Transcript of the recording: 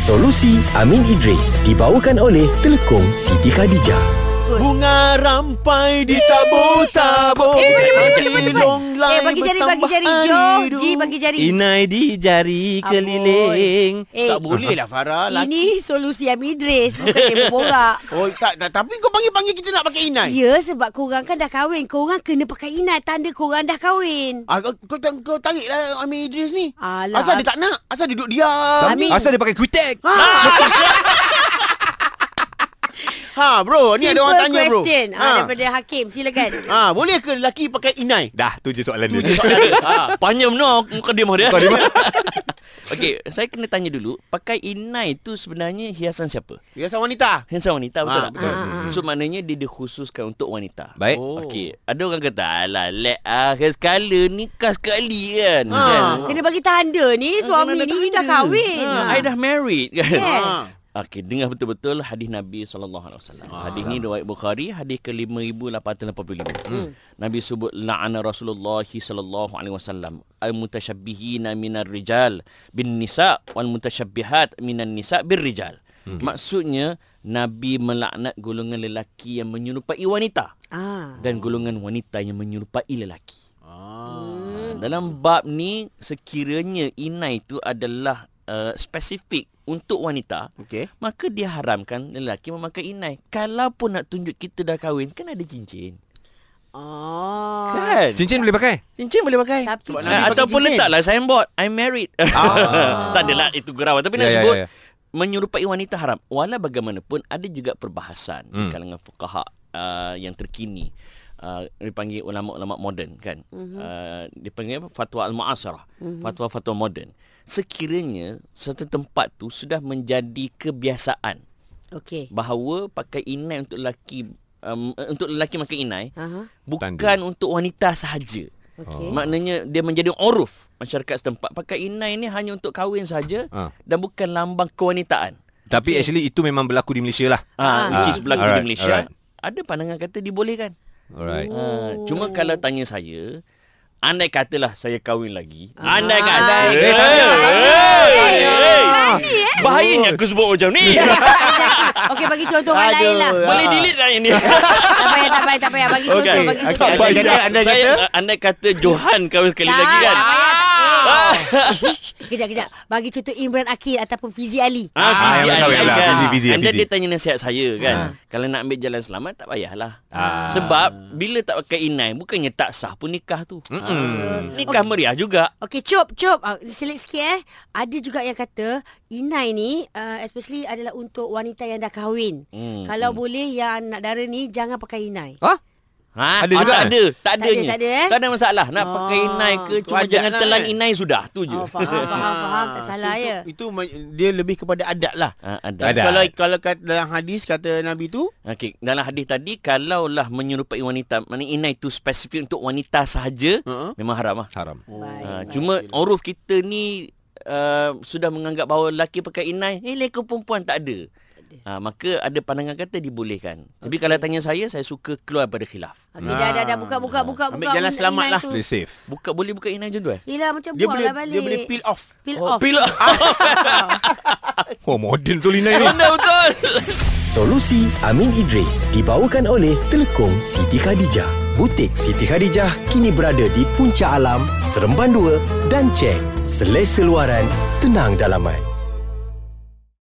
Solusi Amin Idris dibawakan oleh Telekom Siti Khadijah. Bunga rampai ditabur-tabur Eh, cepat, cepat, cepat, cepat, cepat. Longlai Eh, bagi jari, bagi jari. bertambah Jo, hidup. Ji, bagi jari. Inai di jari Amboi. keliling. Eh, Tak boleh lah Farah laki. ini solusi Am Idris. Bukan dia berborak. Oh tak, tak Tapi kau panggil-panggil kita nak pakai inai Ya, sebab korang kan dah kahwin. Korang kena pakai inai. Tanda korang dah kahwin. ah, kau, kau, tak- kau tarik lah Amir Idris ni Alah. Asal dia tak nak Asal dia duduk diam Amin. Asal dia pakai kutek. Ha bro Ni Simple ada orang tanya bro question. Ha. ha. daripada Hakim. Silakan. ha, Boleh ke lelaki pakai inai? Dah, tu je soalan Tu je dia. soalan dia ha. Panjang no muka dia mah dia. Kau dia buat. Okey, saya kena tanya dulu, pakai inai tu sebenarnya hiasan siapa? Biasa wanita Hiasan wanita betul Ah, tak? betul. Ah, ah, So maknanya dia dikhususkan untuk wanita. Baik. Oh. Okey, ada orang kata, alah, let ah, sekala nikah sekali kan. Ah. kan? Kena bagi tanda ni suami Kena ni tanda. dah kahwin. Ha, I dah married kan. Yes. Okey, dengar betul-betul hadis Nabi sallallahu alaihi wasallam. Hadis ni riwayat Bukhari, hadis ke-5885. Hmm. Nabi sebut la'ana Rasulullah sallallahu alaihi wasallam al-mutasyabbihina minar rijal bin nisa wal mutasyabbihat minan nisa bir rijal. Hmm. Maksudnya Nabi melaknat golongan lelaki yang menyerupai wanita Ah. dan golongan wanita yang menyerupai lelaki. Ah. Hmm. Ha, Dalam bab ni sekiranya inai itu adalah uh, spesifik untuk wanita, Okey. maka dia haramkan lelaki memakai inai. Kalau pun nak tunjuk kita dah kahwin, kan ada cincin. Oh. Kan? Cincin boleh pakai? Cincin boleh pakai. Tapi Sebab Nabi Nah, ataupun cincin. letaklah signboard I'm married. Ah. tak adalah itu gurauan tapi Ya, nak ya, sebut ya. menyerupai wanita haram. Walau bagaimanapun ada juga perbahasan hmm. di Hmm. kalangan fuqaha uh, yang terkini uh, dipanggil ulama-ulama moden kan. Mm-hmm. Uh, dipanggil apa? fatwa al-mu'asarah, mm-hmm. fatwa-fatwa moden. Sekiranya satu tempat tu sudah menjadi kebiasaan Okey. bahawa pakai inai untuk lelaki um, eh, untuk lelaki pakai inai Aha. bukan Tanda. untuk wanita sahaja. Oh. Okey. Maknanya dia menjadi uruf masyarakat setempat. Pakai inai ni hanya untuk kahwin saja Ha. dan bukan lambang kewanitaan. Tapi actually itu memang berlaku di Malaysia lah. Ha, Ah. which is berlaku Alright, di alright. Malaysia. Ada pandangan kata dibolehkan. Alright. Ha, Oh. cuma kalau tanya saya, andai katalah saya kahwin lagi. Ah. Andai kata. Andai Hey, kata. hey, hey. Berani, eh? Bahayanya aku sebut macam ni. Okey, bagi contoh orang lain lah. Aduh. Boleh delete tak yang ni? Tak payah, tak payah, tak payah. Bagi ya. Okey. contoh, bagi Aku contoh. apa Andai idea anda saya, kata? Andai kata Johan kahwin sekali lagi kan. Tak payah. Ah. Kejap, kejap. Bagi contoh Imran Akhir ataupun Fizi Ali. Ah, Ah, fizi yang Ali kahwin lah. kan. Fizi, fizi, And then fizi. dia tanya nasihat saya kan. Kalau nak ambil jalan selamat tak payahlah. Sebab bila tak pakai inai bukannya tak sah pun nikah tu. Ah. Mm-mm. Nikah meriah juga. Okey, cop, cop. Uh, selit sikit eh. Ada juga yang kata inai ni uh, especially adalah untuk wanita yang dah kahwin. Hmm, Kalau boleh yang anak dara ni jangan pakai inai. Ha? Ha, Ada ah, juga tak eh? ada, tak ada, adanya. tak ada, eh? Tak ada masalah nak pakai inai ke tu cuma adat jangan lah, telan eh? inai sudah tu je. Oh, faham, faham, faham. Tak salah so, ya. Itu, itu men- dia lebih kepada adat lah. Ah, Tapi Adat. ada. kalau kalau kat, dalam hadis kata Nabi tu Okey, dalam hadis tadi kalaulah menyerupai wanita, mana inai tu spesifik untuk wanita sahaja, Ha? memang haram lah. Haram. Ha, cuma uruf kita ni uh, sudah menganggap bahawa lelaki pakai inai, eh leka perempuan tak ada. Ha, maka ada pandangan kata dibolehkan. Tapi kalau tanya saya, saya suka keluar pada khilaf. Okey, dah, dah, dah. Buka, buka, Ah. buka. Ambil buka jalan inai selamat lah. tu. Play safe. Buka boleh buka inai macam tu eh? Yelah, macam dia boleh buanglah balik. dia boleh peel off. Peel off. Peel off. Oh, moden tu Lina ni. Benar betul. Solusi Amin Idris dibawakan oleh Telekom Siti Khadijah. Butik Siti Khadijah kini berada di Puncak Alam, Seremban 2 dan Cheng. Selesa luaran, tenang dalaman.